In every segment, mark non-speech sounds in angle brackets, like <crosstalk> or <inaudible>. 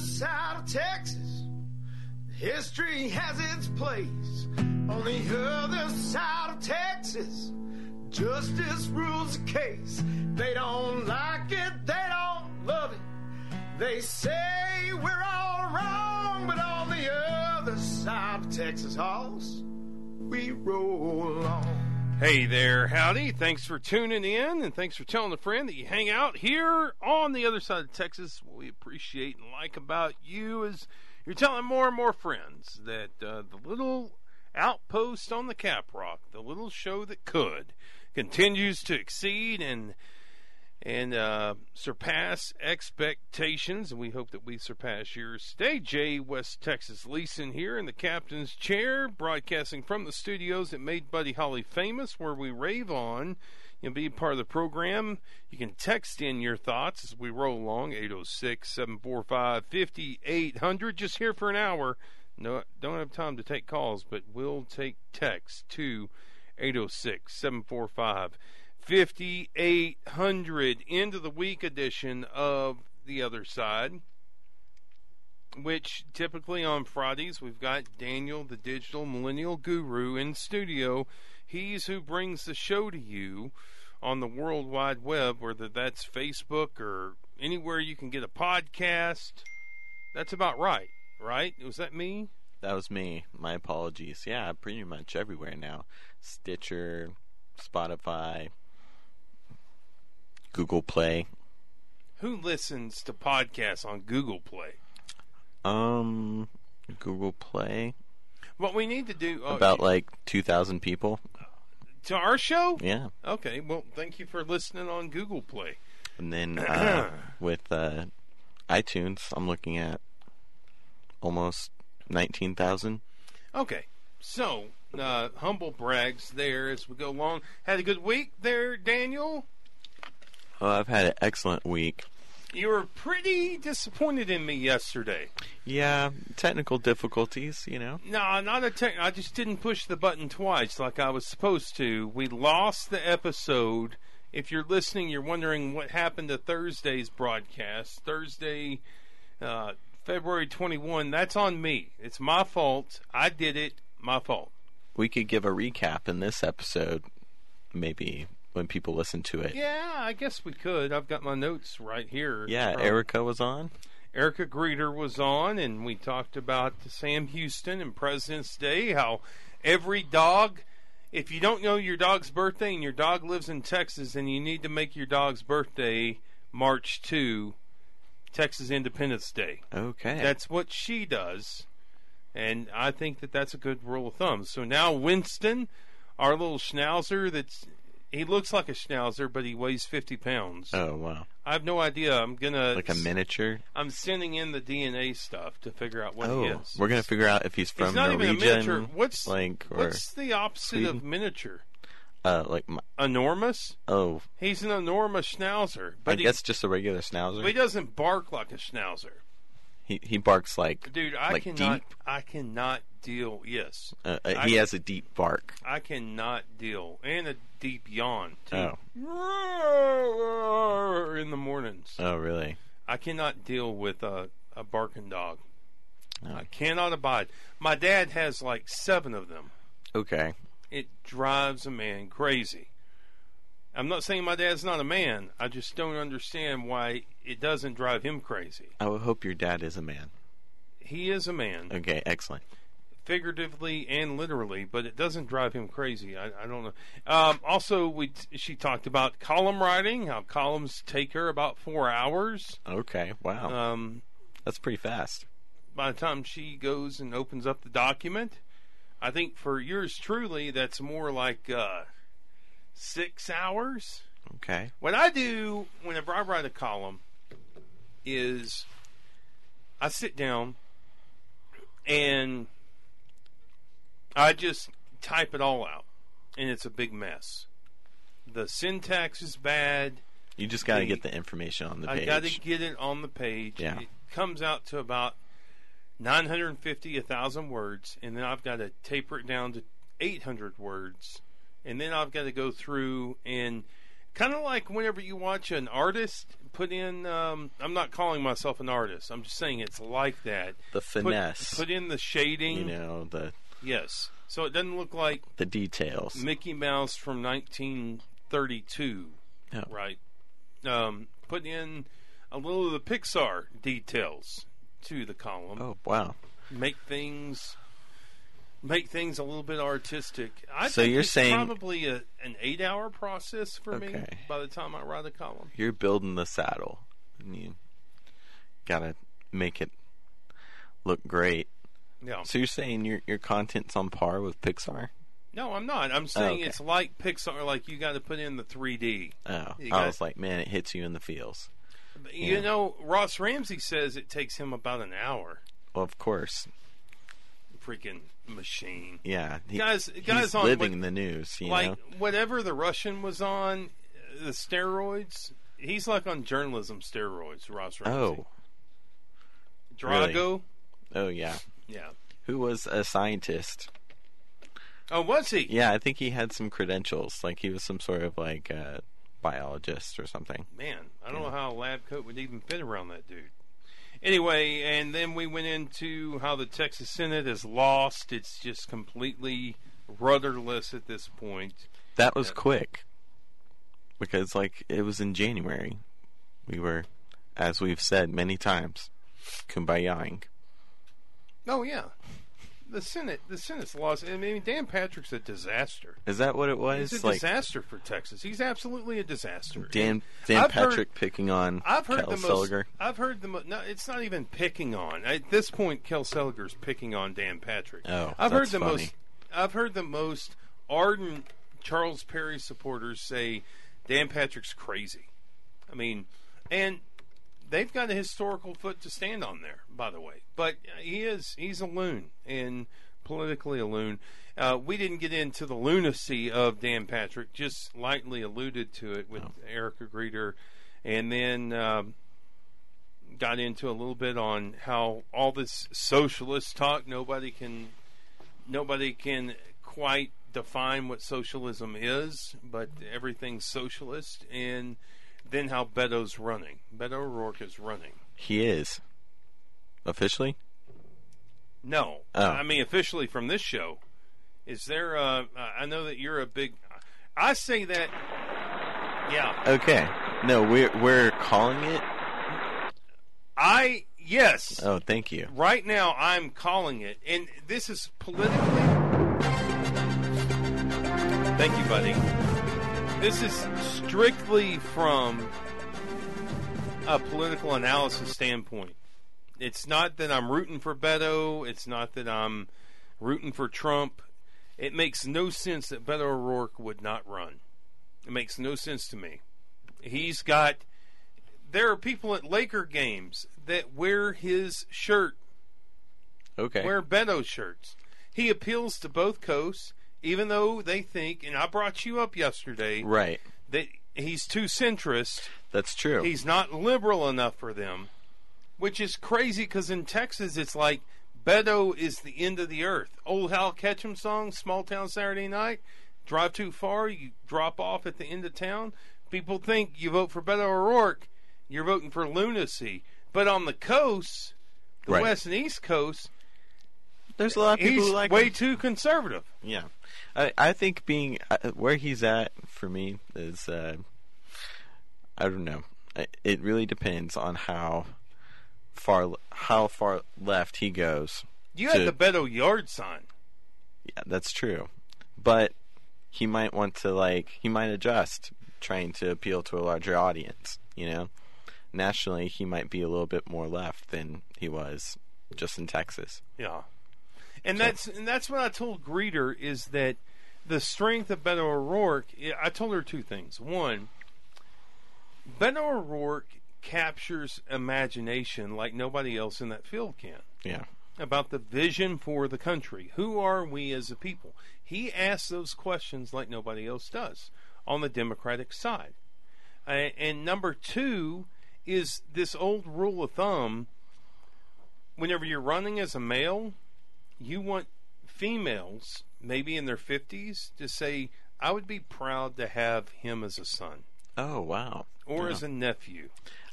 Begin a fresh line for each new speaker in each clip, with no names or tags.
of Texas. History has its place on the other side of Texas. Justice rules the case. They don't like it, they don't love it. They say we're all wrong, but on the other side of Texas House, we roll on.
Hey there, howdy. Thanks for tuning in and thanks for telling a friend that you hang out here on the other side of Texas. What we appreciate and like about you is you're telling more and more friends that uh, the little outpost on the Cap Rock, the little show that could, continues to exceed and and uh, surpass expectations. And we hope that we surpass yours. Stay J West Texas Leeson here in the captain's chair, broadcasting from the studios that made Buddy Holly famous, where we rave on. You'll be part of the program. You can text in your thoughts as we roll along 806 745 5800. Just here for an hour. No, don't have time to take calls, but we'll take texts to 806 745 5800 end of the week edition of the other side which typically on fridays we've got daniel the digital millennial guru in studio he's who brings the show to you on the world wide web whether that's facebook or anywhere you can get a podcast that's about right right was that me
That was me. My apologies. Yeah, pretty much everywhere now. Stitcher, Spotify, Google Play.
who listens to podcasts on google play
Um, Google Play.
what we need to do uh,
About like 2,000 people.
to our show
Yeah.
Okay, well, thank you for listening on Google Play.
And then <clears throat> uh, with uh, iTunes, I'm looking at almost 19,000.
Okay, so uh, humble brags there as we go along. Had a good week there, Daniel.
Oh, I've had an excellent week.
You were pretty disappointed in me yesterday.
Yeah, technical difficulties, you know.
No, not a tech. I just didn't push the button twice like I was supposed to. We lost the episode. If you're listening, you're wondering what happened to Thursday's broadcast. Thursday, uh, February 21. That's on me. It's my fault. I did it. My fault.
We could give a recap in this episode, maybe when people listen to it.
Yeah, I guess we could. I've got my notes right here.
Yeah,
From-
Erica was on.
Erica Greeter was on, and we talked about Sam Houston and President's Day. How every dog, if you don't know your dog's birthday and your dog lives in Texas, and you need to make your dog's birthday March 2, Texas Independence Day.
Okay.
That's what she does. And I think that that's a good rule of thumb. So now Winston, our little schnauzer that's he looks like a schnauzer but he weighs 50 pounds.
oh wow,
I have no idea. I'm going to
like a miniature.
I'm sending in the DNA stuff to figure out what
oh,
he is.
we're gonna figure out if he's from
He's not
Norwegian,
even a miniature. What's
like or
what's the opposite of
Sweden?
miniature?
uh, like my,
Enormous?
oh,
He's an enormous schnauzer, but
I
he,
guess just a regular
but
schnauzer.
he doesn't bark like a schnauzer.
he he barks like
Dude, I
Like
cannot
deep?
I cannot deal. Yes.
uh, uh,
I-
he has a deep bark.
I cannot deal. And a deep yawn too.
Oh,
In the mornings.
oh really?
I cannot deal with a, a barking dog.
Oh.
I cannot abide. My dad has like seven of them.
Okay,
It drives a man crazy. I'm not saying my dad's not a man. I just don't understand why it doesn't drive him crazy.
I would hope your dad is a man.
He is a man,
Okay, excellent.
figuratively and literally, but it doesn't drive him crazy. I, I don't know. Um, also, we she talked about column writing, how columns take her about four hours.
Okay, wow,
Um,
that's pretty fast.
by the time she goes and opens up the document, I think for yours truly, that's more like uh, six hours.
Okay,
What I do whenever I write a column is I sit down and I just type it all out, and it's a big mess. The syntax is bad.
you just gotta
The-
get the information on the page.
I got to get it on the page.
Yeah.
It comes out to about 950, 1,000 words, and then I've got to taper it down to 800 words. And then I've got to go through and kind of like whenever you watch an artist put in. Um, I'm not calling myself an artist. I'm just saying it's like that.
The
Put,
finesse,
put in the shading.
you know, the
Yes. So it doesn't look like
the details.
Mickey Mouse from 1932,
No.
right? Um, put in a little of the Pixar details to the column.
Oh wow!
Make things make things a little bit artistic. I
So
think
you're
it's
saying-
probably a, an eight hour process for me
Okay.
by the time I write a column.
You're building the saddle, and you gotta make it look great.
Yeah.
So you're saying your your content's on par with Pixar?
No, I'm not. I'm saying
Oh, okay.
it's like Pixar. Like you got to put in the 3D.
Oh,
You
I
got-
was like, man, it hits you in the feels.
But, You
Yeah.
know, Ross Ramsey says it takes him about an hour.
Well, of course,
Freaking machine.
yeah. He,
Guys-
he's
guys on
living
what-
the news, you
like
know.
whatever the Russian was on, uh, the steroids. He's like on journalism steroids. Ross Ramsey.
Oh,
Drago.
really? oh yeah.
Yeah.
Who was a scientist?
Oh, was he?
Yeah, I think he had some credentials. Like he was some sort of like uh, biologist or something.
Man, I don't know how a lab coat would even fit around that dude. Anyway, and then we went into how the Texas Senate is lost. It's just completely rudderless at this point.
That was quick because like it was in January. We were, as we've said many times, kumbayaing.
Oh yeah, the Senate, the Senate's lost. I mean, Dan Patrick's a disaster.
Is that what it was?
He's a
like
disaster for Texas. He's absolutely a disaster.
Dan Dan
I've heard-
Patrick picking on
I've heard
Kel
the most.
Seliger.
I've heard the most. No, it's not even picking on. At this point, Kel Seliger's picking on Dan Patrick.
Oh,
I've heard
that's
the
funny.
most. I've heard the most ardent Charles Perry supporters say Dan Patrick's crazy. I mean, and they've got a historical foot to stand on there, by the way. But he is he's a loon and politically a loon. Uh, we didn't get into the lunacy of Dan Patrick, just lightly alluded to it
Oh.
with Erica Greeter, and then um, got into a little bit on how all this socialist talk nobody can nobody can quite define what socialism is, but everything's socialist and then how Beto's running. Beto O'Rourke is running.
He is officially.
No,
Oh.
I mean officially from this show. Is there? Uh, I know that you're a big. I say that. Yeah,
Okay. No, we're we're calling it.
I yes.
Oh, thank you.
Right now, I'm calling it, and this is politically. Thank you, buddy. This is strictly from a political analysis standpoint. It's not that I'm rooting for Beto. It's not that I'm rooting for Trump. It makes no sense that Beto O'Rourke would not run. It makes no sense to me. He's got. There are people at Laker games that wear his shirt
Okay.
wear Beno shirts. He appeals to both coasts, even though they think, and I brought you up yesterday,
right.
that he's too centrist.
That's true.
He's not liberal enough for them, which is crazy because in Texas it's like Beto is the end of the earth. Old Hal Ketchum song, Small Town Saturday Night, drive too far, you drop off at the end of town. People think you vote for Beto O'Rourke, you're voting for lunacy. But on the coast, the
Right.
west and east coast,
There's a lot of people
he's
who like
way
him.
too conservative.
Yeah, I I think being uh, where he's at for me is uh, I don't know. I- It really depends on how far le- how far left he goes.
You
to-
had the Beto yard sign.
Yeah, that's true, but he might want to like he might adjust, trying to appeal to a larger audience. You know, nationally he might be a little bit more left than he was just in Texas.
Yeah, and that's and that's what I told Greeter is that the strength of Beto O'Rourke. I- I told her two things. One, Beto O'Rourke captures imagination like nobody else in that field can.
Yeah,
about the vision for the country. Who are we as a people? He asks those questions like nobody else does on the Democratic side. A- And number two is this old rule of thumb whenever you're running as a male, you want females, maybe in their 50s, to say, I would be proud to have him as a son.
Oh wow.
or
Yeah.
as a nephew.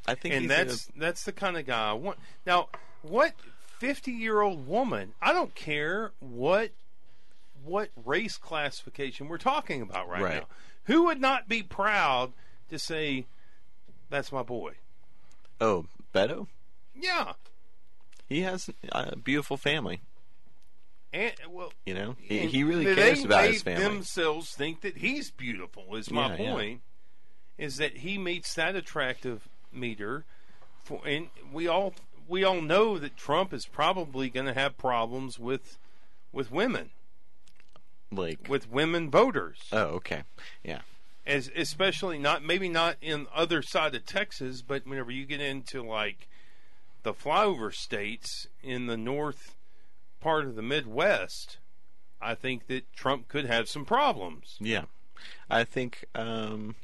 I think
and
he's
that's
a-
that's the kind of guy I want. Now, what fifty year old woman? I don't care what what race classification we're talking about right,
Right.
now. Who would not be proud to say that's my boy?
oh Beto.
Yeah,
He has a beautiful family.
and well,
You know, he,
and
he really
they
cares about
made
his family.
Themselves think that he's beautiful. Is my
Yeah, yeah.
point is that he meets that attractive meter, for, and we all we all know that Trump is probably going to have problems with with women
Like,
with women voters,
oh okay, yeah,
as especially not maybe not in other side of Texas, but whenever you get into like the flyover states in the north part of the Midwest. I think that Trump could have some problems.
yeah. I think um,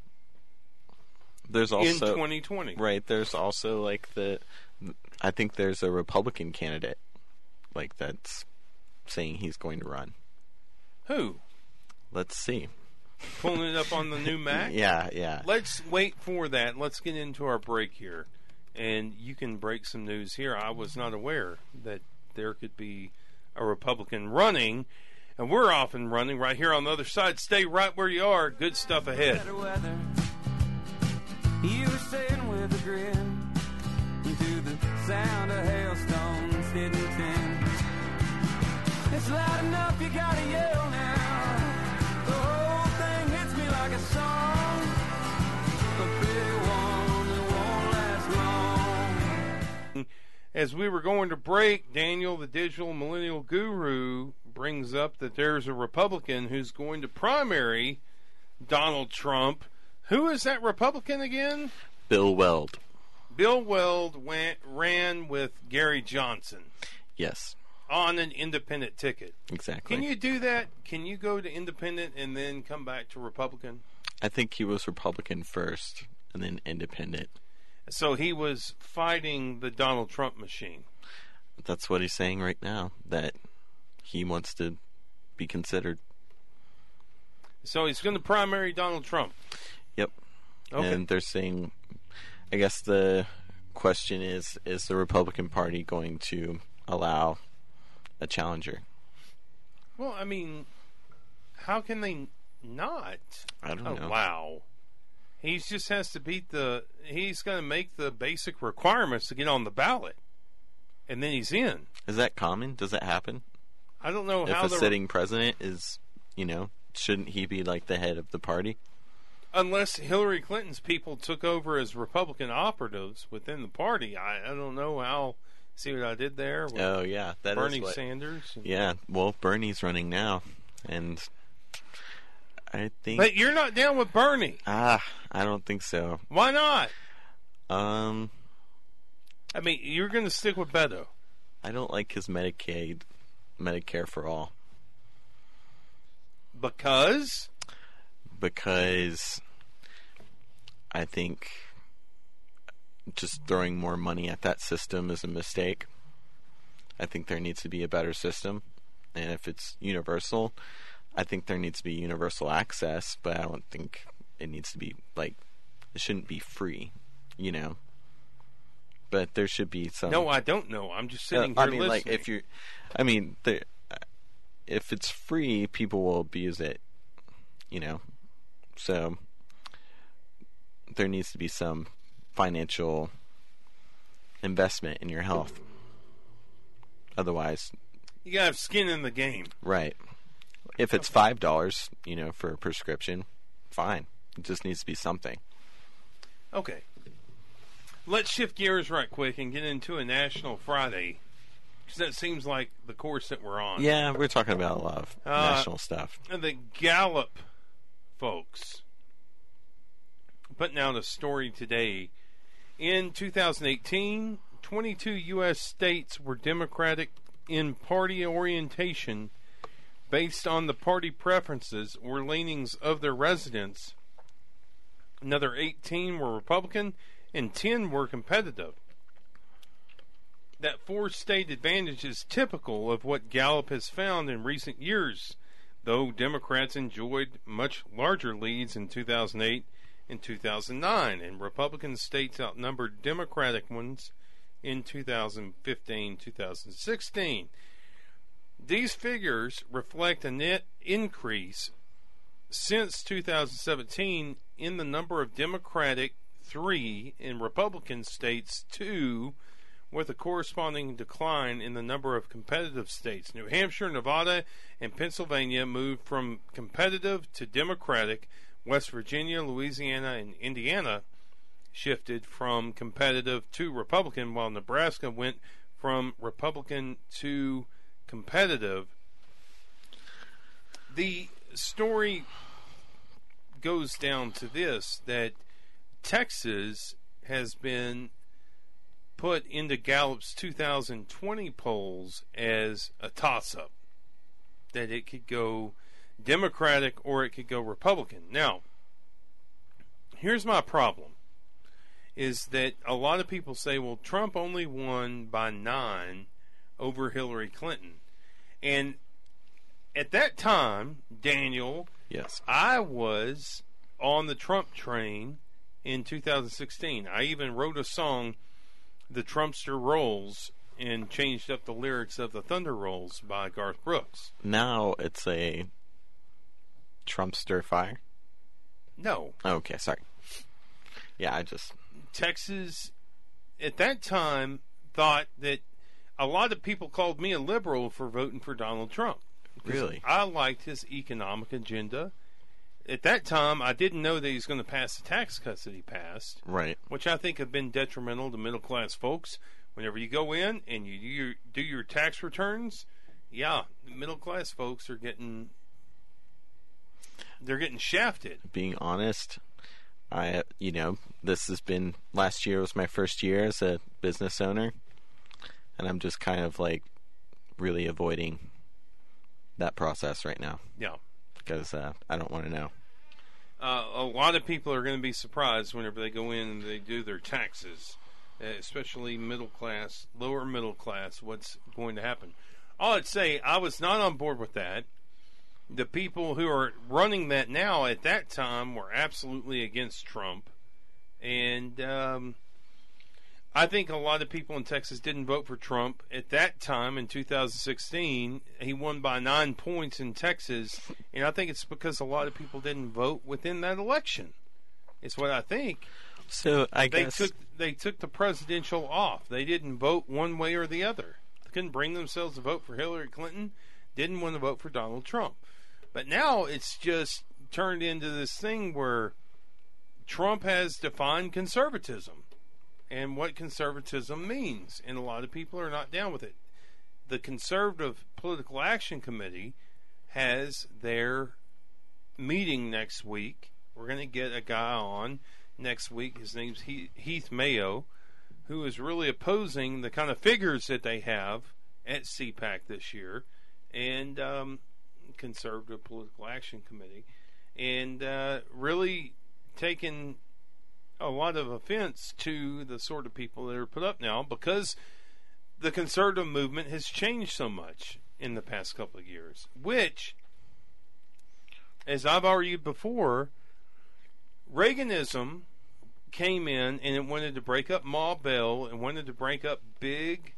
there's
in
also
2020.
right. There's also like the. I think there's a Republican candidate, like that's saying he's going to run.
Who?
Let's see.
Pulling it up on the new Mac?
<laughs> Yeah, yeah.
Let's wait for that. Let's get into our break here. And you can break some news here. I was not aware that there could be a Republican running. And we're off and running right here on the other side. Stay right where you are. Good stuff ahead.
better weather. You were sitting with a grin to the sound of hailstones hitting tin. It's loud enough, you gotta yell now. The whole thing hits me like a song. A pretty one that won't last long.
As we were going to break, Daniel, the digital millennial guru, brings up that there's a Republican who's going to primary Donald Trump. Who is that Republican again?
Bill Weld.
Bill Weld went, ran with Gary Johnson
Yes,
on an independent ticket.
exactly.
Can you do that? Can you go to independent and then come back to Republican?
I think he was Republican first and then independent.
So he was fighting the Donald Trump machine.
That's what he's saying right now that he wants to be considered.
So he's going to primary Donald Trump.
Yep.
Okay.
And they're saying I guess the question is is the Republican Party going to allow a challenger?
well, I mean, how can they not?
I don't
Oh,
know.
wow. He just has to beat the. He's going to make the basic requirements to get on the ballot, and then he's in.
Is that common? Does that happen?
I don't know how
if a
the
sitting president is, you know, shouldn't he be like the head of the party?
unless Hillary Clinton's people took over as Republican operatives within the party. I, I don't know how. See what I did there with
Oh yeah, that is
Bernie
what-
Sanders. and-
Yeah, well, Bernie's running now, and I think
But you're not down with Bernie.
ah, I don't think so.
Why not?
Um,
I mean, you're going to stick with Beto.
I don't like his Medicaid, Medicare for all,
Because
because I think just throwing more money at that system is a mistake. I think there needs to be a better system, and if it's universal, I think there needs to be universal access. But I don't think it needs to be like it shouldn't be free, you know. But there should be some.
no, I don't know. I'm just
No,
sitting
Uh, I
here
mean,
listening.
like if you're, I mean, there, if it's free, people will abuse it, you know. So there needs to be some financial investment in your health. Otherwise,
you got to have skin in the game.
right? If it's five dollars, you know, for a prescription, fine. It just needs to be something.
Okay. Let's shift gears right quick and get into a National Friday. Because that seems like the course that we're on.
Yeah, we're talking about a lot of
Uh,
national stuff.
the Gallup folks putting out a story today. In 2018, 22 U.S. states were Democratic in party orientation based on the party preferences or leanings of their residents. Another 18 were Republican and 10 were competitive. That four state advantage is typical of what Gallup has found in recent years though Democrats enjoyed much larger leads in 2008 in 2009, and Republican states outnumbered Democratic ones in 2015 2016. These figures reflect a net increase since 2017 in the number of Democratic 3 and Republican states 2 with a corresponding decline in the number of competitive states. New Hampshire, Nevada, and Pennsylvania moved from competitive to Democratic. West Virginia, Louisiana, and Indiana shifted from competitive to Republican, while Nebraska went from Republican to competitive. The story goes down to this that Texas has been put into Gallup's 2020 polls as a toss up, that it could go Democratic or it could go Republican. Now, here's my problem is that a lot of people say, well, Trump only won by nine over Hillary Clinton. And at that time, Daniel,
Yes.
I was on the Trump train in 2016. I even wrote a song, The Trumpster Rolls, and changed up the lyrics of The Thunder Rolls by Garth Brooks.
Now it's a Trump stir fire.
No,
Okay, sorry. Yeah, I just
Texas at that time thought that a lot of people called me a liberal for voting for Donald Trump.
really.
I liked his economic agenda. At that time, I didn't know that he was going to pass the tax cuts that he passed,
Right.
which I think have been detrimental to middle class folks. Whenever you go in and you do your, do your tax returns, yeah, middle class folks are getting they're getting shafted.
Being honest, I you know, this has been last year was my first year as a business owner and I'm just kind of like really avoiding that process right now
Yeah.
because uh, I don't want to know.
uh, a lot of people are going to be surprised whenever they go in and they do their taxes, uh, especially middle class, lower middle class, what's going to happen. All I'd say, I was not on board with that. The people who are running that now at that time were absolutely against Trump. And um, I think a lot of people in Texas didn't vote for Trump at that time in 2016. He won by nine points in Texas, and I think it's because a lot of people didn't vote within that election. It's what I think.
So I
They
guess
took they took the presidential off. They didn't vote one way or the other. They couldn't bring themselves to vote for Hillary Clinton. Didn't want to vote for Donald Trump. But now it's just turned into this thing where Trump has defined conservatism and what conservatism means, and a lot of people are not down with it. The Conservative Political Action Committee has their meeting next week. We're going to get a guy on next week. His name's He- Heath Mayo, who is really opposing the kind of figures that they have at CPAC this year and um, Conservative Political Action Committee, and uh, really taking a lot of offense to the sort of people that are put up now because the conservative movement has changed so much in the past couple of years, which, as I've argued before, Reaganism came in and it wanted to break up Ma Bell and wanted to break up big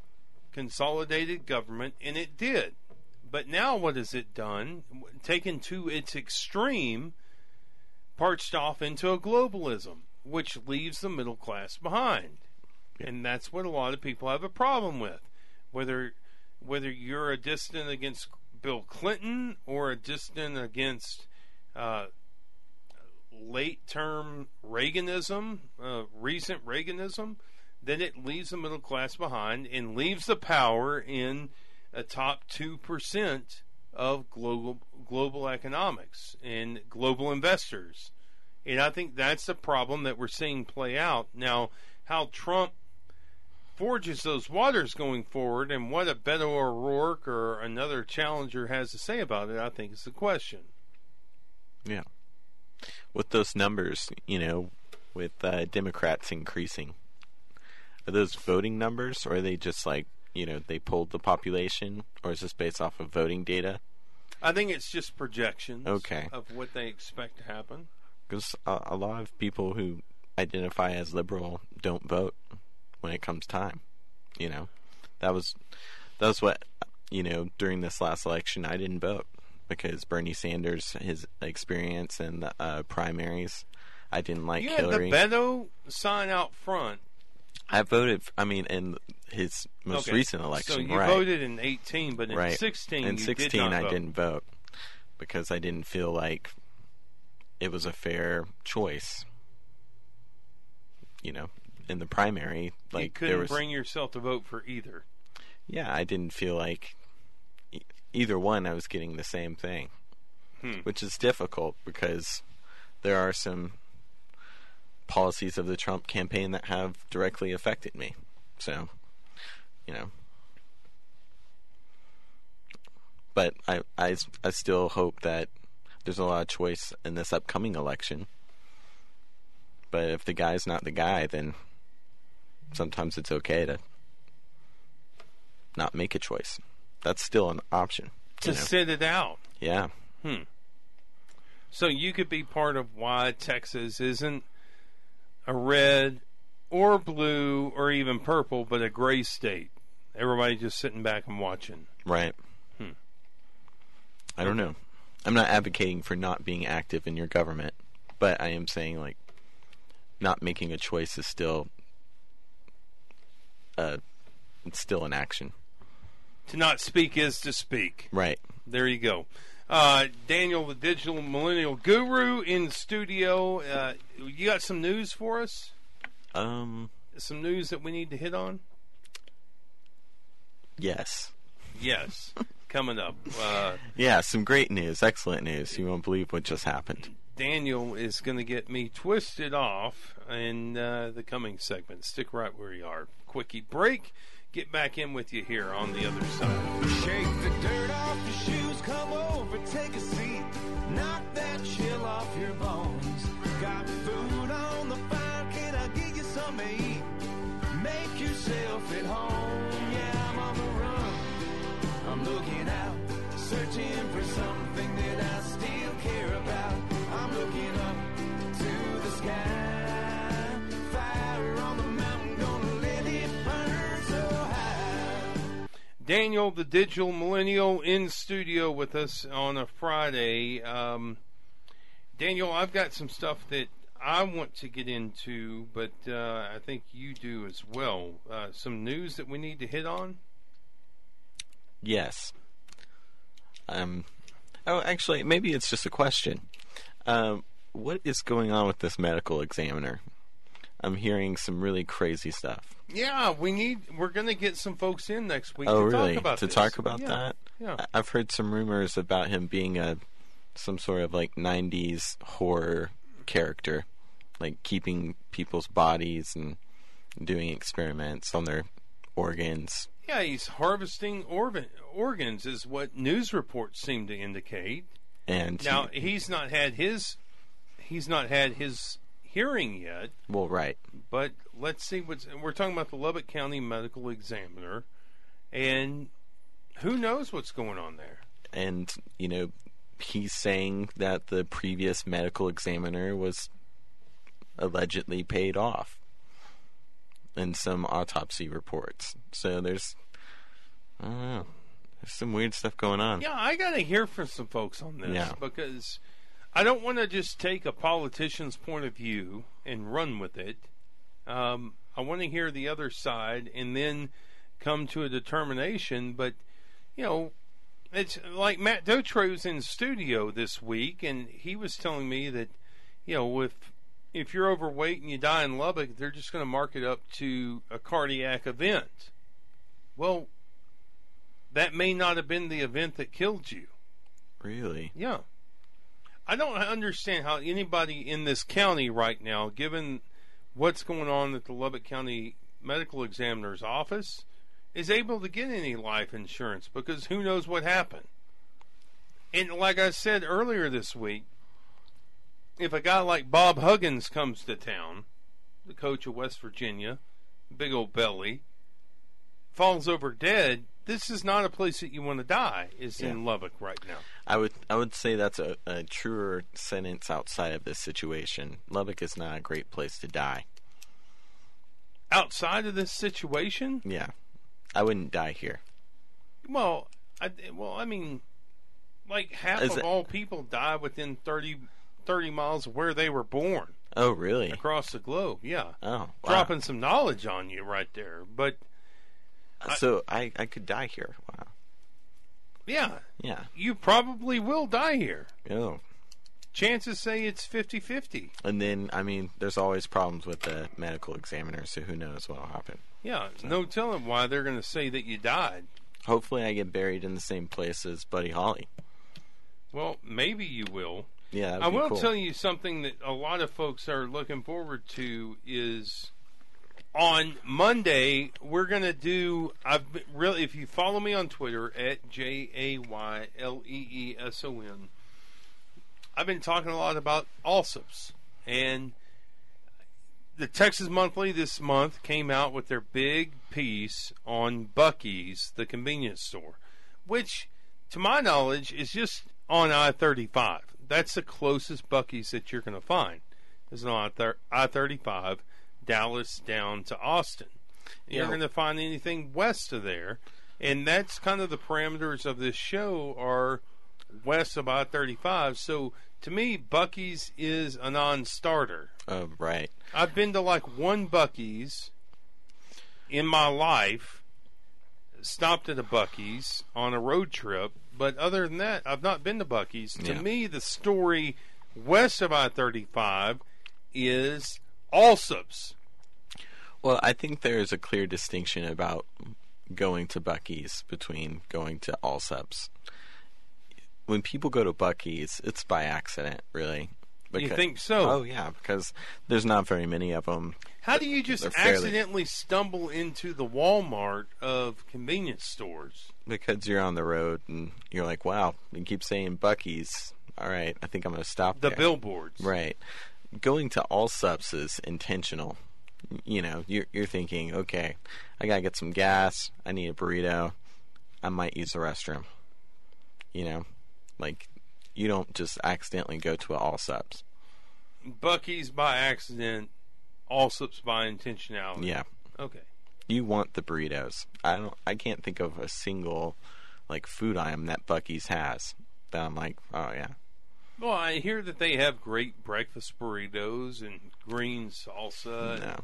consolidated government, and it did. But now, what has it done? W- Taken to its extreme, parched off into a globalism, which leaves the middle class behind, and that's what a lot of people have a problem with. Whether whether you're a dissident against Bill Clinton or a dissident against uh, late term Reaganism, uh, recent Reaganism, then it leaves the middle class behind and leaves the power in a top 2% of global, global economics and global investors. And I think that's the problem that we're seeing play out. Now, how Trump forges those waters going forward and what a Beto O'Rourke or another challenger has to say about it, I think is the question.
Yeah. With those numbers, you know, with uh, Democrats increasing, are those voting numbers or are they just like, you know, they polled the population or is this based off of voting data?
I think it's just projections
Okay.
of what they expect to happen.
because a, a lot of people who identify as liberal don't vote when it comes time. You know, that was that was what you know during this last election. I didn't vote because Bernie Sanders, his experience in the uh, primaries, I didn't like
you had the
Hillary.
Beto sign out front.
I voted. f- I mean, in his most
Okay.
recent election,
So you
right?
voted in 18, but in
right.
16,
in
you
16,
did not
I
vote.
didn't vote because I didn't feel like it was a fair choice. You know, in the primary, like
you
there
couldn't
was,
bring yourself to vote for either.
yeah, I didn't feel like e- either one. I was getting the same thing,
Hmm.
which is difficult because there are some policies of the Trump campaign that have directly affected me. So, you know, but I, I, s- I still hope that there's a lot of choice in this upcoming election. But if the guy's not the guy, then sometimes it's okay to not make a choice. That's still an option.
To
you know?
sit it out.
Yeah.
So you could be part of why Texas isn't a red or blue or even purple, but a gray state. Everybody just sitting back and watching.
Right.
Hmm.
I don't know. I'm not advocating for not being active in your government, but I am saying like not making a choice is still uh it's still an action.
To not speak is to speak.
Right.
There you go. Uh, Daniel, the digital millennial guru in studio. Uh, you got some news for us?
Um
Some news that we need to hit on?
yes.
Yes. <laughs> Coming up. Uh,
Yeah, some great news, excellent news. You won't believe what just happened.
Daniel is going to get me twisted off in uh, the coming segment. Stick right where you are. Quickie break. Get back in with you here on the other side.
Shake the dirt off your shoes, come over, take a seat. Knock that chill off your bones. Got food on the fire, can I get you some to eat? Make yourself at home. Yeah, I'm on the run. I'm looking out, searching for something that I still care about. I'm looking up to the sky. Fire on the mountain, gonna let it burn so high.
Daniel, the digital millennial, in studio with us on a Friday. Um, Daniel, I've got some stuff that I want to get into, but uh, I think you do as well. Uh, some news that we need to hit on.
Yes. Um. Oh, actually, maybe it's just a question. Um, what is going on with this medical examiner? I'm hearing some really crazy stuff.
Yeah, we need. We're going to get some folks in next week.
oh,
to
really?
Talk about
to
this.
talk about
Yeah,
that?
Yeah.
I- I've heard some rumors about him being a some sort of like '90s horror character, like keeping people's bodies and doing experiments on their organs.
Yeah, he's harvesting organ, organs, is what news reports seem to indicate.
And
Now he's not had his he's not had his hearing yet,
well, right.
but let's see what's. We're talking about the Lubbock County Medical Examiner, and who knows what's going on there?
and you know he's saying that the previous medical examiner was allegedly paid off in some autopsy reports so there's I don't know, there's some weird stuff going on
Yeah, I got to hear from some folks on this
Yeah.
because I don't want to just take a politician's point of view and run with it. Um, I want to hear the other side and then come to a determination. But you know, it's like Matt Dotre was in studio this week, and he was telling me that you know if if you're overweight and you die in Lubbock, they're just going to mark it up to a cardiac event. Well, that may not have been the event that killed you.
really
Yeah. I don't understand how anybody in this county right now, given what's going on at the Lubbock County Medical Examiner's office, is able to get any life insurance because who knows what happened. And like I said earlier this week, if a guy like Bob Huggins comes to town, the coach of West Virginia, big old belly, falls over dead, this is not a place that you want to die. Is
Yeah.
in Lubbock right now.
I would I would say that's a, a truer sentence outside of this situation. Lubbock is not a great place to die.
Outside of this situation,
Yeah, I wouldn't die here.
well, I, well, I mean, like half
Is
of
it-
all people die within 30, 30 miles of where they were born
Oh really?
across the globe. Yeah,
Oh, wow.
dropping some knowledge on you right there. But
So I I could die here. Wow.
yeah,
Yeah.
you probably will die here.
Oh.
Chances say it's 50-50.
And then I mean, there's always problems with the medical examiner, so who knows what'll happen.
Yeah, no telling why they're going to say that you died.
Hopefully, I get buried in the same place as Buddy Holly.
Well, maybe you will.
Yeah, that'd
I
be
will
cool.
tell you something that a lot of folks are looking forward to is on Monday we're going to do. I've been- really, if you follow me on Twitter at j a y l e e s o n, I've been talking a lot about Allsups and the Texas Monthly this month came out with their big piece on Bucky's, the convenience store, which, to my knowledge, is just on I 35. That's the closest Bucky's that you're going to find. It's on I 35, Dallas down to Austin. You're
Yeah.
going to find anything west of there. And that's kind of the parameters of this show are west of I 35. So to me, Bucky's is a non starter.
Oh, right.
I've been to like one Bucky's in my life. Stopped at a Bucky's on a road trip, but other than that, I've not been to Bucky's. To
Yeah.
me, the story west of I thirty five is Allsups.
Well, I think there is a clear distinction about going to Bucky's between going to Allsups. When people go to Bucky's, it's by accident, really.
You think so?
Oh yeah, because there's not very many of them.
How do you just
They're fairly-
accidentally stumble into the Walmart of convenience stores?
Because you're on the road and you're like, wow, you keep saying Bucky's. All right, I think I'm going to stop
The
there.
billboards.
Right. Going to all subs is intentional. You know, you're you're thinking, okay, I gotta get some gas. I need a burrito. I might use the restroom. You know, like you don't just accidentally go to a all subs.
Bucky's by accident, Allsups by intentionality.
Yeah,
Okay.
you want the burritos. I don't. I can't think of a single like food item that Bucky's has that I'm like, oh yeah,
Well, I hear that they have great breakfast burritos and green salsa.
no.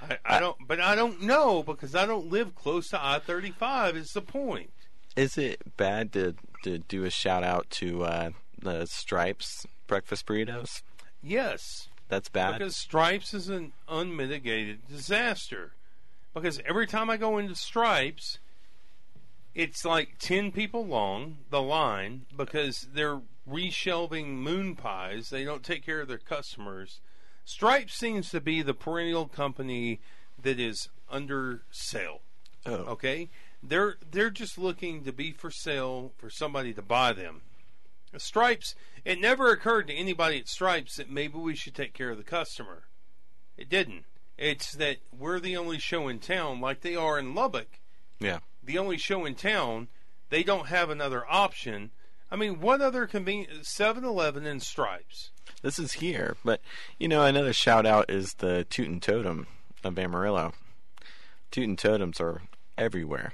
I, I don't, but I don't know because I don't live close to I thirty five. Is the point?
Is it bad to to do a shout out to uh, the Stripes breakfast burritos?
Yes,
That's bad.
because Stripes is an unmitigated disaster. Because every time I go into Stripes, it's like ten people long the line because they're reshelving moon pies. They don't take care of their customers. Stripes seems to be the perennial company that is under sale.
oh,
Okay, they're they're just looking to be for sale for somebody to buy them. Uh, Stripes. It never occurred to anybody at Stripes that maybe we should take care of the customer. It didn't. It's that we're the only show in town, like they are in Lubbock.
yeah,
The only show in town. They don't have another option. I mean, what other convenient 7-Eleven and Stripes?
this is here. But you know, another shout out is the Toot and Totem of Amarillo. Toot and Totems are everywhere.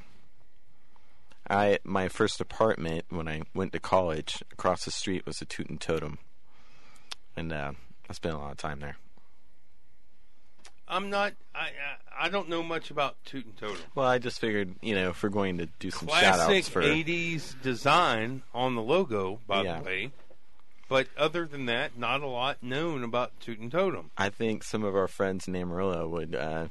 I my first apartment when I went to college across the street was a Toot and Totem, and uh, I spent a lot of time there.
I'm not. I I, I don't know much about Toot and Totem.
Well, I just figured, you know, if we're going to do some shout
classic
outs for
80s design on the logo, by
Yeah.
the way. But other than that, not a lot known about Toot and Totem.
I think some of our friends in Amarillo would, uh,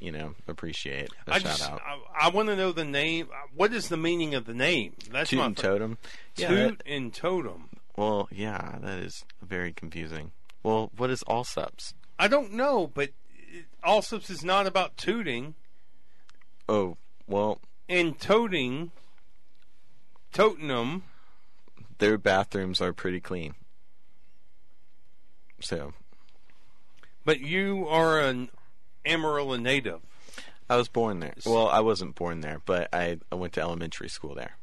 you know, appreciate a
I
shout
just
out.
I, I want to know the name. What is the meaning of the name? That's
Toot
my
and
fir-
Totem. Yeah,
Toot
that-
and Totem.
well, yeah, that is very confusing. Well, what is all subs?
I don't know, but it- Allsups is not about tooting
Oh, well,
and toting. Totenum.
their bathrooms are pretty clean. So
But you are an Amarillo native.
I was born there. Well, I wasn't born there, but I, I went to elementary school there.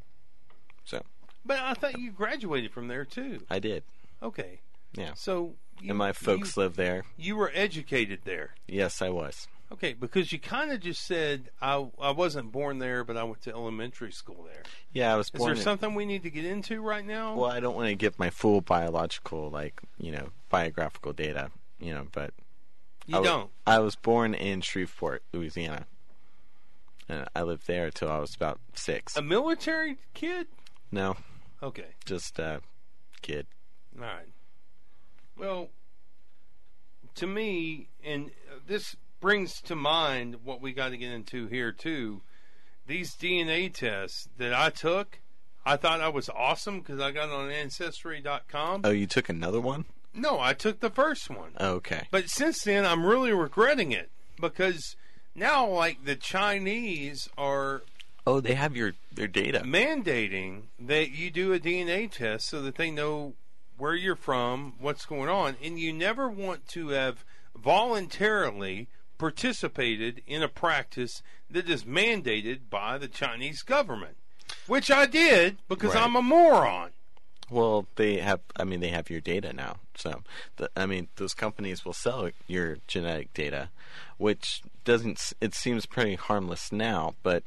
So
But I thought you graduated from there too.
I did.
Okay.
Yeah.
So you,
and my folks
you,
live there.
you were educated there.
Yes, I was.
Okay, because you kind of just said I I wasn't born there, but I went to elementary school there.
Yeah, I was
Is
born.
there
in-
something we need to get into right now?
Well, I don't want to give my full biological, like you know, biographical data, you know, but
you
I wa-
don't.
I was born in Shreveport, Louisiana, and I lived there till I was about six.
A military kid?
no,
Okay.
just a kid.
All right. Well, to me, and uh, this brings to mind what we got to get into here too. These DNA tests that I took, I thought I was awesome because I got it on Ancestry.com.
Oh, you took another one?
no, I took the first one.
Oh, okay.
But since then, I'm really regretting it because now, like, the Chinese are
Oh, they have your their data.
mandating that you do a DNA test so that they know where you're from, what's going on, and you never want to have voluntarily participated in a practice that is mandated by the Chinese government, which I did because
Right.
I'm a moron.
Well, they have. I mean, they have your data now. So, the, I mean, those companies will sell your genetic data, which doesn't. s- It seems pretty harmless now, but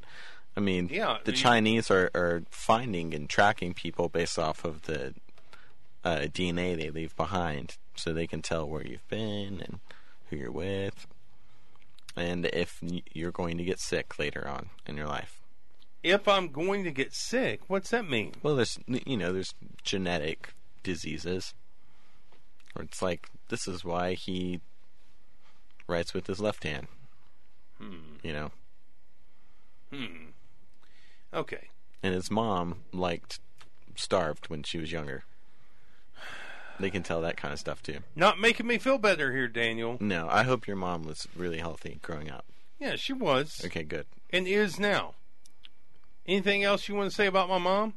I mean,
Yeah,
the
you-
Chinese are, are finding and tracking people based off of the uh, DNA they leave behind, so they can tell where you've been and who you're with, and if y- you're going to get sick later on in your life.
If I'm going to get sick, what's that mean?
Well, there's you know there's genetic diseases, where it's like this is why he writes with his left hand. You know,
Okay.
and his mom liked starved when she was younger. They can tell that kind of stuff too.
Not making me feel better here, Daniel.
No, I hope your mom was really healthy growing up.
Yeah, she was
Okay, good.
and is now. Anything else you want to say about my mom?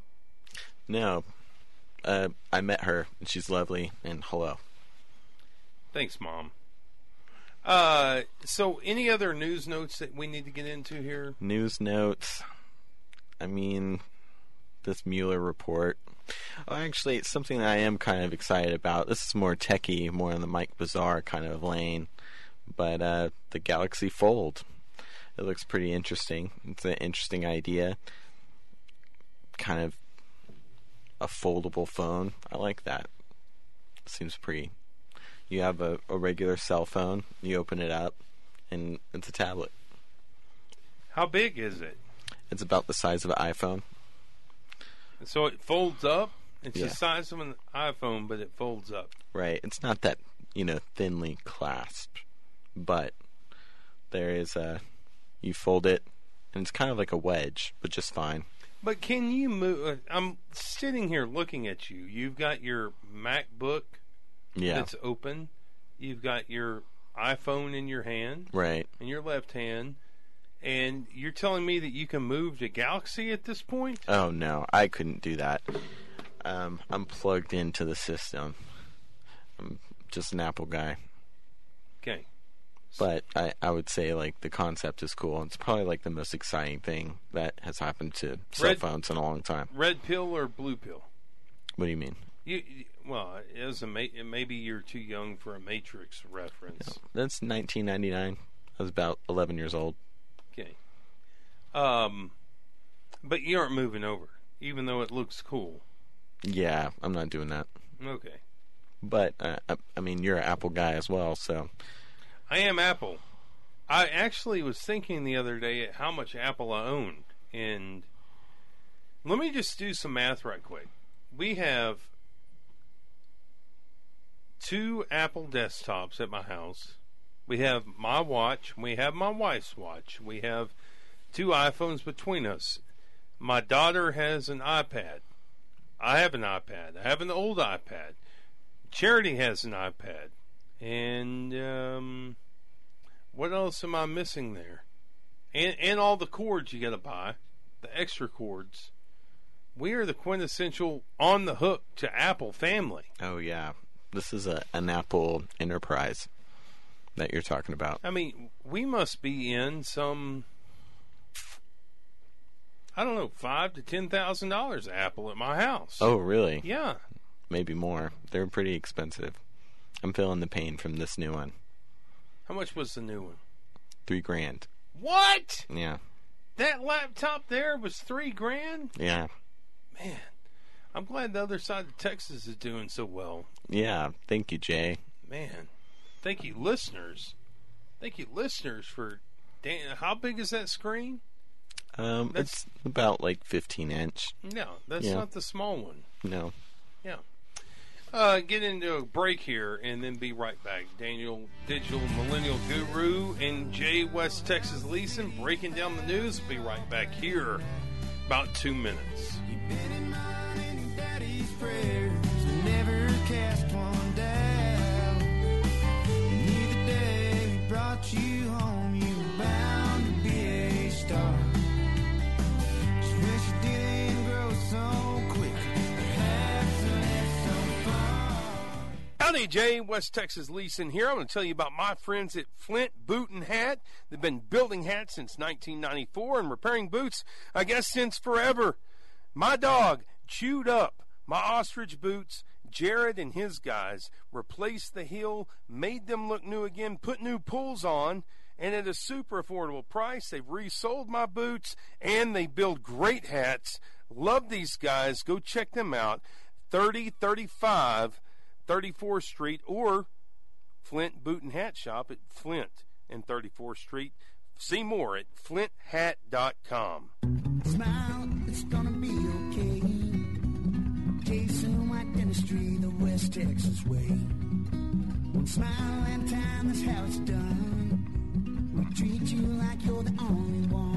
No, uh, I met her and she's lovely and hello.
Thanks, Mom. Uh, so any other news notes that we need to get into here?
news notes. I mean, this Mueller report. Oh, actually, it's something that I am kind of excited about. This is more techie, more on the Mike Bazaar kind of lane. But uh, the Galaxy Fold, it looks pretty interesting. It's an interesting idea. Kind of a foldable phone. I like that. Seems pretty. You have a, a regular cell phone. You open it up, and it's a tablet.
How big is it?
It's about the size of an iPhone.
So it folds up. It's
Yeah.
the size of an iPhone, but it folds up.
Right. It's not that, you know, thinly clasped, but there is a. You fold it, and it's kind of like a wedge, but just fine.
But can you move? uh, I'm sitting here looking at you. You've got your MacBook
Yeah.
that's open. You've got your iPhone in your hand,
right.
in your left hand, and you're telling me that you can move to Galaxy at this point?
Oh, no. I couldn't do that. Um, I'm plugged into the system. I'm just an Apple guy.
Okay.
But I, I would say, like, the concept is cool. It's probably, like, the most exciting thing that has happened to cell
Red-
phones in a long time.
Red pill or blue pill?
What do you mean?
You you- well, it was a ma- maybe you're too young for a Matrix reference.
That's 1999. I was about 11 years old.
Okay, um, but you aren't moving over, even though it looks cool.
Yeah, I'm not doing that.
Okay,
But uh, I- I mean, you're an Apple guy as well, so
I am Apple. I actually was thinking the other day at how much Apple I owned, and let me just do some math right quick. We have two Apple desktops at my house. We have my watch. We have my wife's watch. We have two iPhones between us. My daughter has an iPad. I have an iPad. I have an old iPad. Charity has an iPad. And um, what else am I missing there? And and all the cords you got to buy, the extra cords. We are the quintessential on the hook to Apple family.
oh yeah, this is a an Apple enterprise. that you're talking about.
I mean, we must be in some. I don't know, five to ten thousand dollars Apple at my house.
Oh, really?
yeah,
Maybe more. They're pretty expensive. I'm feeling the pain from this new one.
how much was the new one?
Three grand.
What?
Yeah.
That laptop there was three grand.
Yeah.
Man, I'm glad the other side of Texas is doing so well.
Yeah. Thank you, Jay.
Man, thank you, listeners. Thank you, listeners, for. Damn, how big is that screen?
Um,
That's-
it's about like 15 inch.
No, that's
Yeah.
not the small one.
No.
Uh, get into a break here and then be right back. Daniel, digital millennial guru, and Jay West Texas Leeson breaking down the news. Be right back here about two minutes.
You've been in mine and in daddy's prayers and never cast one down. And near the day we brought you home, you were bound to be a star. Just wish you didn't grow so quick. Perhaps that's so far.
Howdy, Jay, West Texas Leeson here. I'm going to tell you about my friends at Flint Boot and Hat. They've been building hats since 1994 and repairing boots, I guess, since forever. My dog chewed up my ostrich boots. Jared and his guys replaced the heel, made them look new again, put new pulls on, and at a super affordable price, they've resold my boots and they build great hats. Love these guys. Go check them out. 3035 34th Street or Flint Boot and Hat Shop at Flint and 34th Street. See more at flinthat.com.
Smile, it's gonna be okay. Jason White Dentistry, the West Texas way. One smile at a time, that's how it's done. We treat you like you're the only one.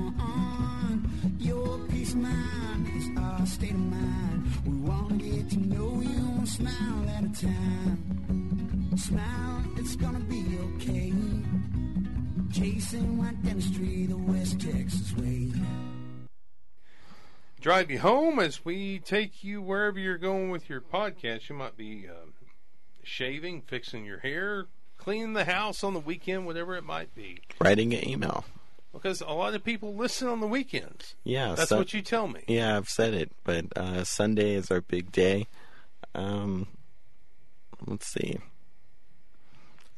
Your peace of mind is our state of mind. We wanna get to know you one smile at a time. Smile, it's gonna be okay. Jason White Dentistry, the West Texas way.
Drive you home as we take you wherever you're going with your podcast. You might be um, shaving, fixing your hair, cleaning the house on the weekend, whatever it might be.
Writing an email.
Because a lot of people listen on the weekends.
Yeah.
That's
so-
what you tell me.
Yeah, I've said it, but uh, Sunday is our big day. Um, let's see. I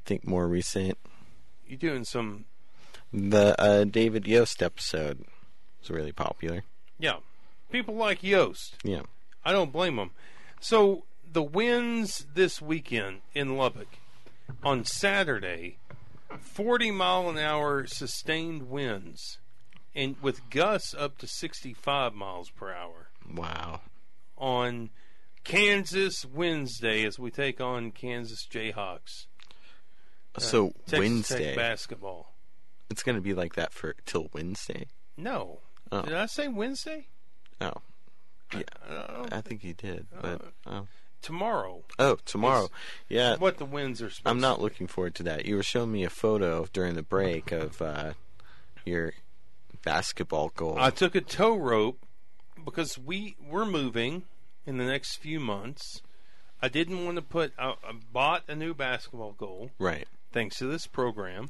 think more recent,
You're doing some,
the uh, David Yost episode was really popular.
yeah. People like Yost.
Yeah,
I don't blame them. So the winds this weekend in Lubbock on Saturday, forty mile an hour sustained winds, and with gusts up to sixty five miles per hour
wow.
on Kansas Wednesday as we take on Kansas Jayhawks. Uh,
so
Texas Tech
Wednesday,
basketball.
it's gonna be like that for till Wednesday.
No,
Oh.
did I say Wednesday?
Oh,
Uh,
I think you did, but oh,
tomorrow.
oh tomorrow. Yeah,
What the winds are supposed
I'm not looking forward to that. You were showing me a photo during the break of uh, your basketball goal.
I took a tow rope because we we're moving in the next few months. I didn't want to put. I, I bought a new basketball goal
right.
thanks to this program.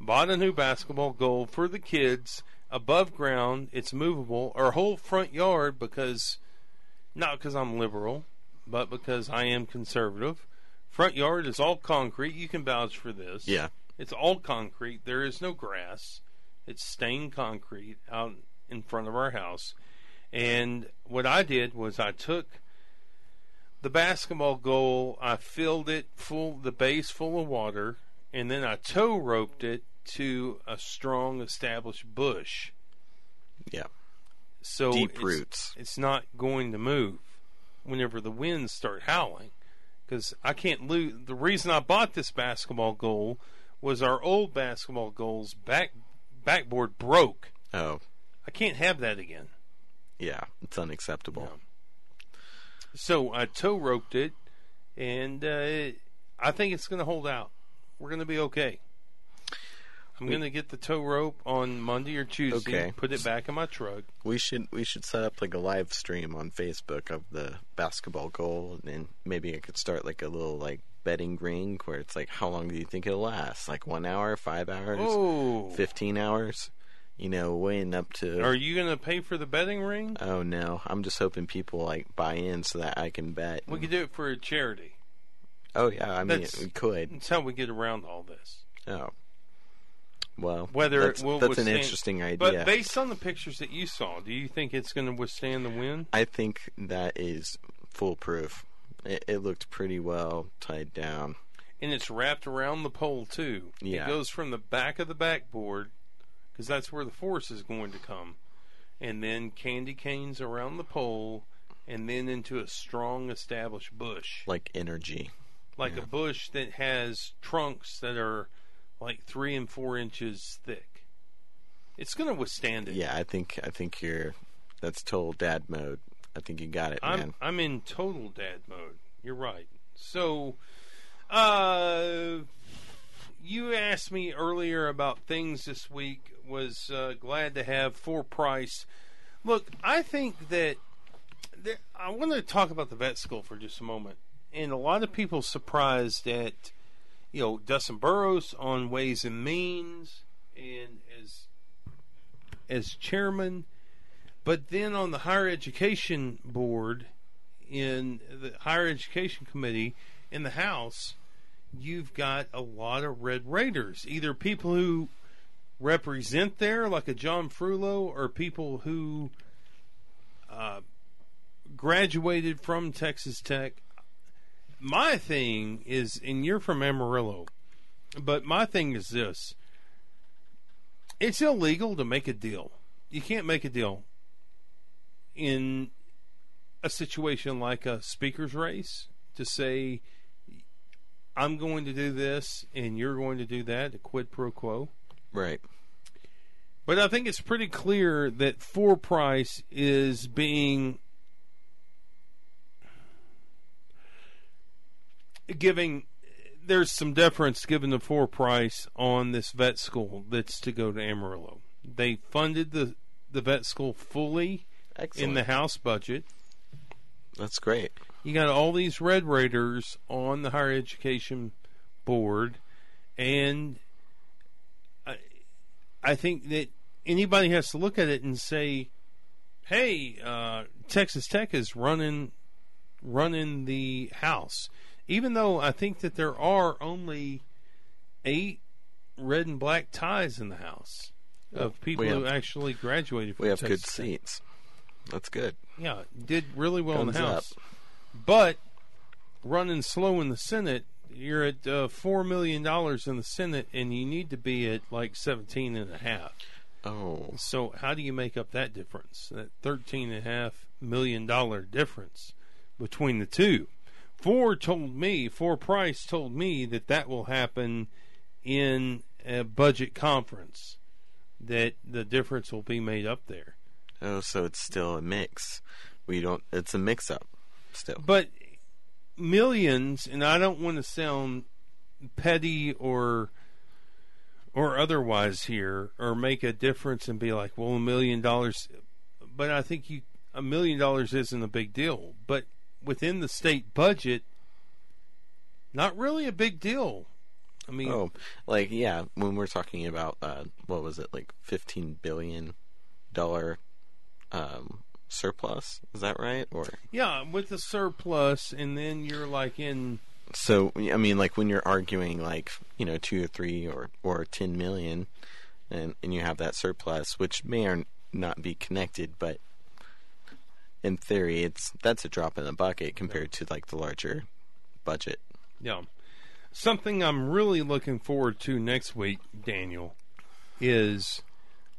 Bought a new basketball goal for the kids above ground. It's movable. Our whole front yard because not because I'm liberal, but because I am conservative. Front yard is all concrete. You can vouch for this.
Yeah.
It's all concrete. There is no grass. It's stained concrete out in front of our house. And what I did was I took the basketball goal, I filled it full, the base full of water, and then I tow roped it to a strong established bush.
Yeah.
So
Deep
it's-
roots.
It's not going to move whenever the winds start howling. Because I can't lose. The reason I bought this basketball goal was our old basketball goal's back backboard broke.
Oh,
I can't have that again.
yeah. It's unacceptable.
So I tow roped it, and uh, I think it's going to hold out. We're going to be okay. I'm going to get the tow rope on Monday or Tuesday.
Mm. Okay.
Put it back in my truck.
We should we should set up like a live stream on Facebook of the basketball goal, and then maybe I could start like a little like betting ring where it's like, how long do you think it'll last? Like one hour, five hours,
Oh,
15 hours? You know, weighing up to.
are you going to pay for the betting ring?
oh no, I'm just hoping people like buy in so that I can bet.
We could do it for a charity.
oh yeah, I mean,
That's-
we could.
That's how we get around all this.
Oh. Well,
Whether
that's,
it will
that's an
withstand,
interesting idea.
But based on the pictures that you saw, do you think it's going to withstand the wind?
I think that is foolproof. It, it looked pretty well tied down.
And it's wrapped around the pole too.
Yeah.
It goes from the back of the backboard because that's where the force is going to come, and then candy canes around the pole, and then into a strong established bush,
like energy.
like a bush that has trunks that are like three and four inches thick. It's going to withstand it.
Yeah, I think I think you're that's total dad mode. I think you got it,
I'm
man.
I'm in total dad mode. You're right. So, uh, you asked me earlier about things this week. Was uh, glad to have for price. Look, I think that there, I want to talk about the vet school for just a moment. And a lot of people surprised at you know Dustin Burrows on Ways and Means, and as as chairman but then on the higher education board, in the higher education committee in the House, you've got a lot of Red Raiders. Either people who represent there, like a John Frullo, or people who uh, graduated from Texas Tech. My thing is, and you're from Amarillo, but my thing is this it's illegal to make a deal. You can't make a deal in a situation like a speaker's race to say, I'm going to do this and you're going to do that, a quid pro quo.
right.
But I think it's pretty clear that for price is being giving there's some deference given to for price on this vet school that's to go to Amarillo. They funded the the vet school fully
Excellent.
in the house budget.
that's great.
You got all these Red Raiders on the higher education board, and I, I think that anybody has to look at it and say, "Hey, uh, Texas Tech is running running the house," even though I think that there are only eight red and black ties in the house of people
we
who
have-
actually graduated. From
We have
Texas
good
Tech.
seats. That's good.
Yeah, did really well in the
Guns
House, but running slow in the Senate. You're at uh, four million dollars in the Senate, and you need to be at like seventeen and a half.
Oh,
So how do you make up that difference? That thirteen and a half million dollar difference between the two. Ford told me, Ford Price told me that that will happen in a budget conference. That the difference will be made up there.
oh, so it's still a mix. We don't. It's a mix-up. Still.
but millions and i don't want to sound petty or or otherwise here or make a difference and be like well a million dollars but i think you a million dollars isn't a big deal but within the state budget not really a big deal i mean
oh, like yeah. When we're talking about uh, what was it like fifteen billion dollar um, surplus? Is that right? Or
yeah with the surplus and then you're like in
So I mean, like when you're arguing, like you know, two or three or or ten million, and and you have that surplus, which may or not be connected, but in theory, it's that's a drop in the bucket compared to like the larger budget.
Yeah. Something I'm really looking forward to next week, Daniel, is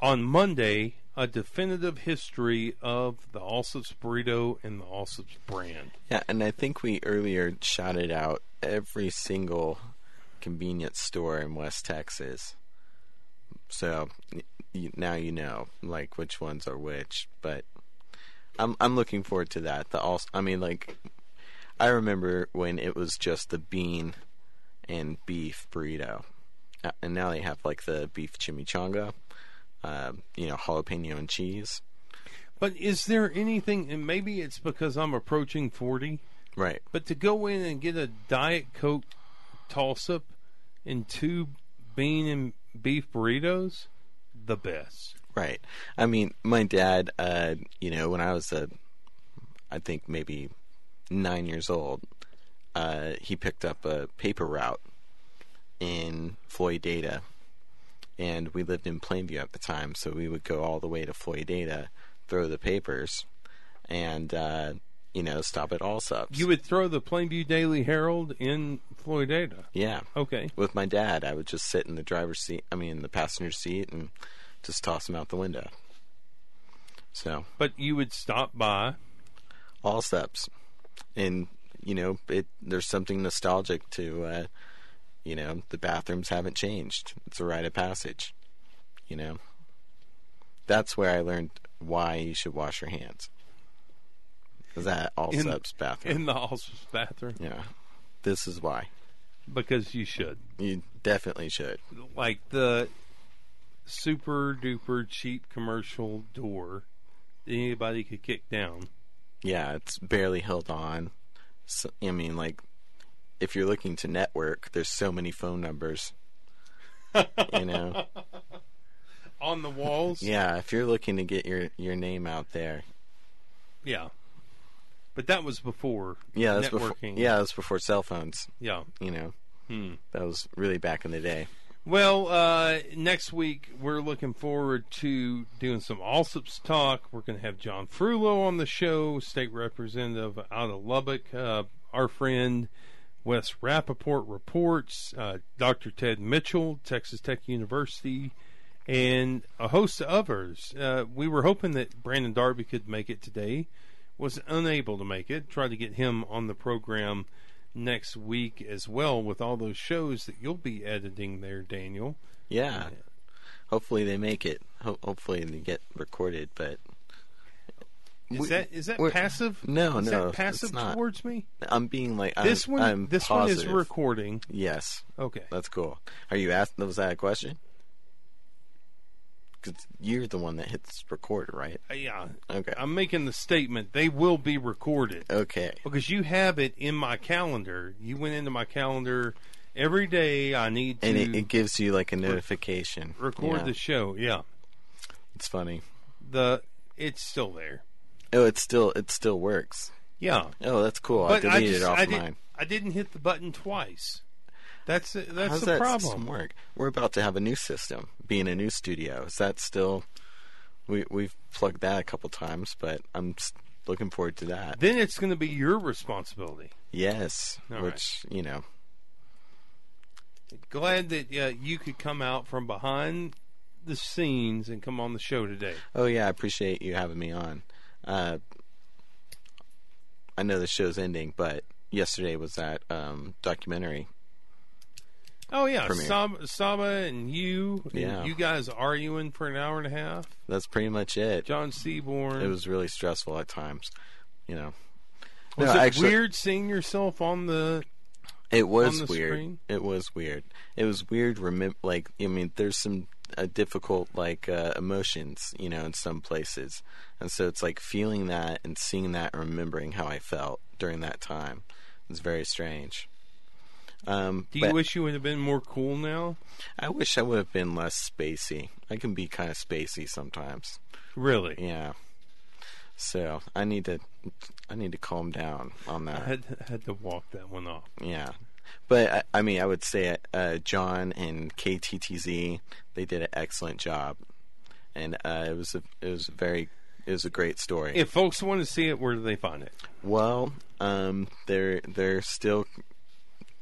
on Monday a definitive history of the Allsup's burrito and the Allsup's brand.
Yeah, and I think we earlier shouted out every single convenience store in West Texas. So y- y now you know like which ones are which, but I'm I'm looking forward to that. The also, I mean like I remember when it was just the bean and beef burrito. Uh, And now they have like the beef chimichanga, uh, you know, jalapeno and cheese.
But is there anything, and maybe it's because I'm approaching 40,
Right.
But to go in and get a Diet Coke toss up and two bean and beef burritos, the best.
Right. I mean, my dad, uh, you know, when I was, uh, I think maybe nine years old, uh, he picked up a paper route in Floydada. And we lived in Plainview at the time, so we would go all the way to Floydada, throw the papers, and, uh, you know, stop at all subs.
You would throw the Plainview Daily Herald in Floydada.
yeah.
Okay.
With my dad, I would just sit in the driver's seat, I mean, in the passenger seat, and just toss him out the window. So.
But you would stop by.
all steps and you know it there's something nostalgic to uh you know the bathrooms haven't changed it's a rite of passage you know that's where i learned why you should wash your hands is that all
In-
steps bathroom
in the hospice bathroom
yeah this is why
because you should.
you definitely should
Like the super duper cheap commercial door that anybody could kick down.
yeah it's barely held on so, i mean like if you're looking to network there's so many phone numbers <laughs> you know
On the walls?
Yeah, if you're looking to get your your name out there,
Yeah. But that was before
yeah, that's before
networking.
yeah, that's before cell phones.
Yeah.
You know,
Hmm.
that was really back in the day.
Well, uh, next week we're looking forward to doing some Allsup's talk. We're going to have John Frullo on the show, state representative out of Lubbock. Uh, our friend Wes Rappaport reports, uh, Dr. Ted Mitchell, Texas Tech University, and a host of others. Uh, we were hoping that Brandon Darby could make it today, was unable to make it. Tried to get him on the program next week as well with all those shows that you'll be editing there, Daniel.
Yeah, hopefully they make it. Ho- hopefully they get recorded. But
Is
We-
that is that
we're-
passive?
No,
is
no,
that
it's
passive
not.
towards me.
I'm being like I'm,
this one,
I'm
this
positive. Uh,
one is recording.
Yes,
Okay,
that's cool. Are you asked? Was that a question? Because you're the one that hits record, right?
Uh, yeah,
Okay.
I'm making the statement. They will be recorded
okay.
because you have it in my calendar. You went into my calendar every day. I need to
And it, it gives you like a notification.
record
Yeah,
the show. Yeah,
It's funny.
the it's still there.
Oh, it still it still works.
Yeah,
Oh, that's cool.
but
I
I
deleted
just
it off
I,
mine.
didn't, I didn't hit the button twice. That's that's
How's
the
that
problem.
system work? We're about to have a new system. Being a new studio, is that still? We we've plugged that a couple times, but I'm s- looking forward to that.
Then it's going to be your responsibility.
Yes,
All
which you know,
Glad that uh, you could come out from behind the scenes and come on the show today.
Oh yeah, I appreciate you having me on. Uh, I know the show's ending, but yesterday was that um, documentary.
Oh yeah,
Premiere.
Saba, Saba and you, and
Yeah.
you guys arguing for an hour and a half.
That's pretty much it.
John Seaborn.
It was really stressful at times, you know.
Was
No,
it
actually-
weird seeing yourself on the?
It was
on the
weird.
screen?
It was weird. It was weird. Remember, like I mean, there's some uh, difficult like uh, emotions, you know, in some places, and so it's like feeling that and seeing that, and remembering how I felt during that time. It's very strange. Um,
Do you
but
wish you would have been more cool now?
I wish I would have been less spacey. I can be kind of spacey sometimes.
Really?
Yeah. So I need to, I need to calm down on that.
I had, had to walk that one off.
Yeah. But I, I mean, I would say uh, John and KTTZ they did an excellent job, and uh, it was a it was a very it was a great story.
If folks want to see it, where do they find it?
well, um, they're they're still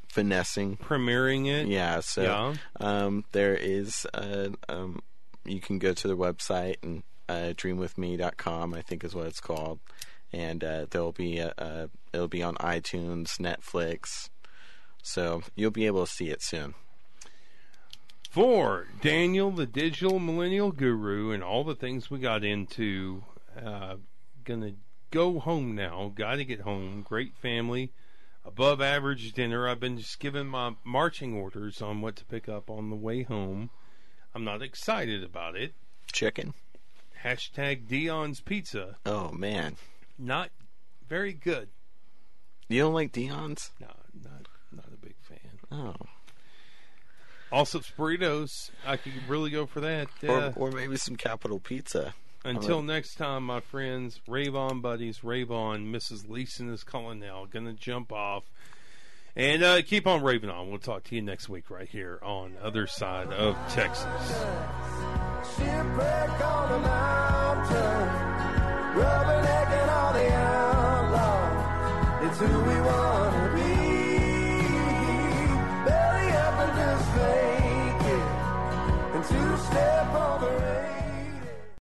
finessing.
Premiering it?
Yeah, so
Yeah.
um, there is uh um, you can go to their website and uh, dreamwithme.com I think is what it's called, and uh, there'll be a, a it'll be on iTunes, Netflix, so you'll be able to see it soon.
For Daniel, the digital millennial guru, and all the things we got into, uh, gonna go home now. Gotta get home. Great family. Above average dinner. I've been just given my marching orders on what to pick up on the way home. I'm not excited about it.
Chicken.
Hashtag Dion's Pizza.
Oh man,
Not very good.
You don't like Dion's?
No, not not a big fan.
Oh.
Also, it's burritos. I could really go for that. Uh,
Or, or maybe some Capital Pizza.
until next time, my friends, rave on, buddies, rave on. Mrs. Leeson is calling now. Gonna jump off. And uh, keep on raving on. We'll talk to you next week right here on Other Side of Texas.
shipwreck on the mountain, rubbernecking all the outlaws. It's who we want.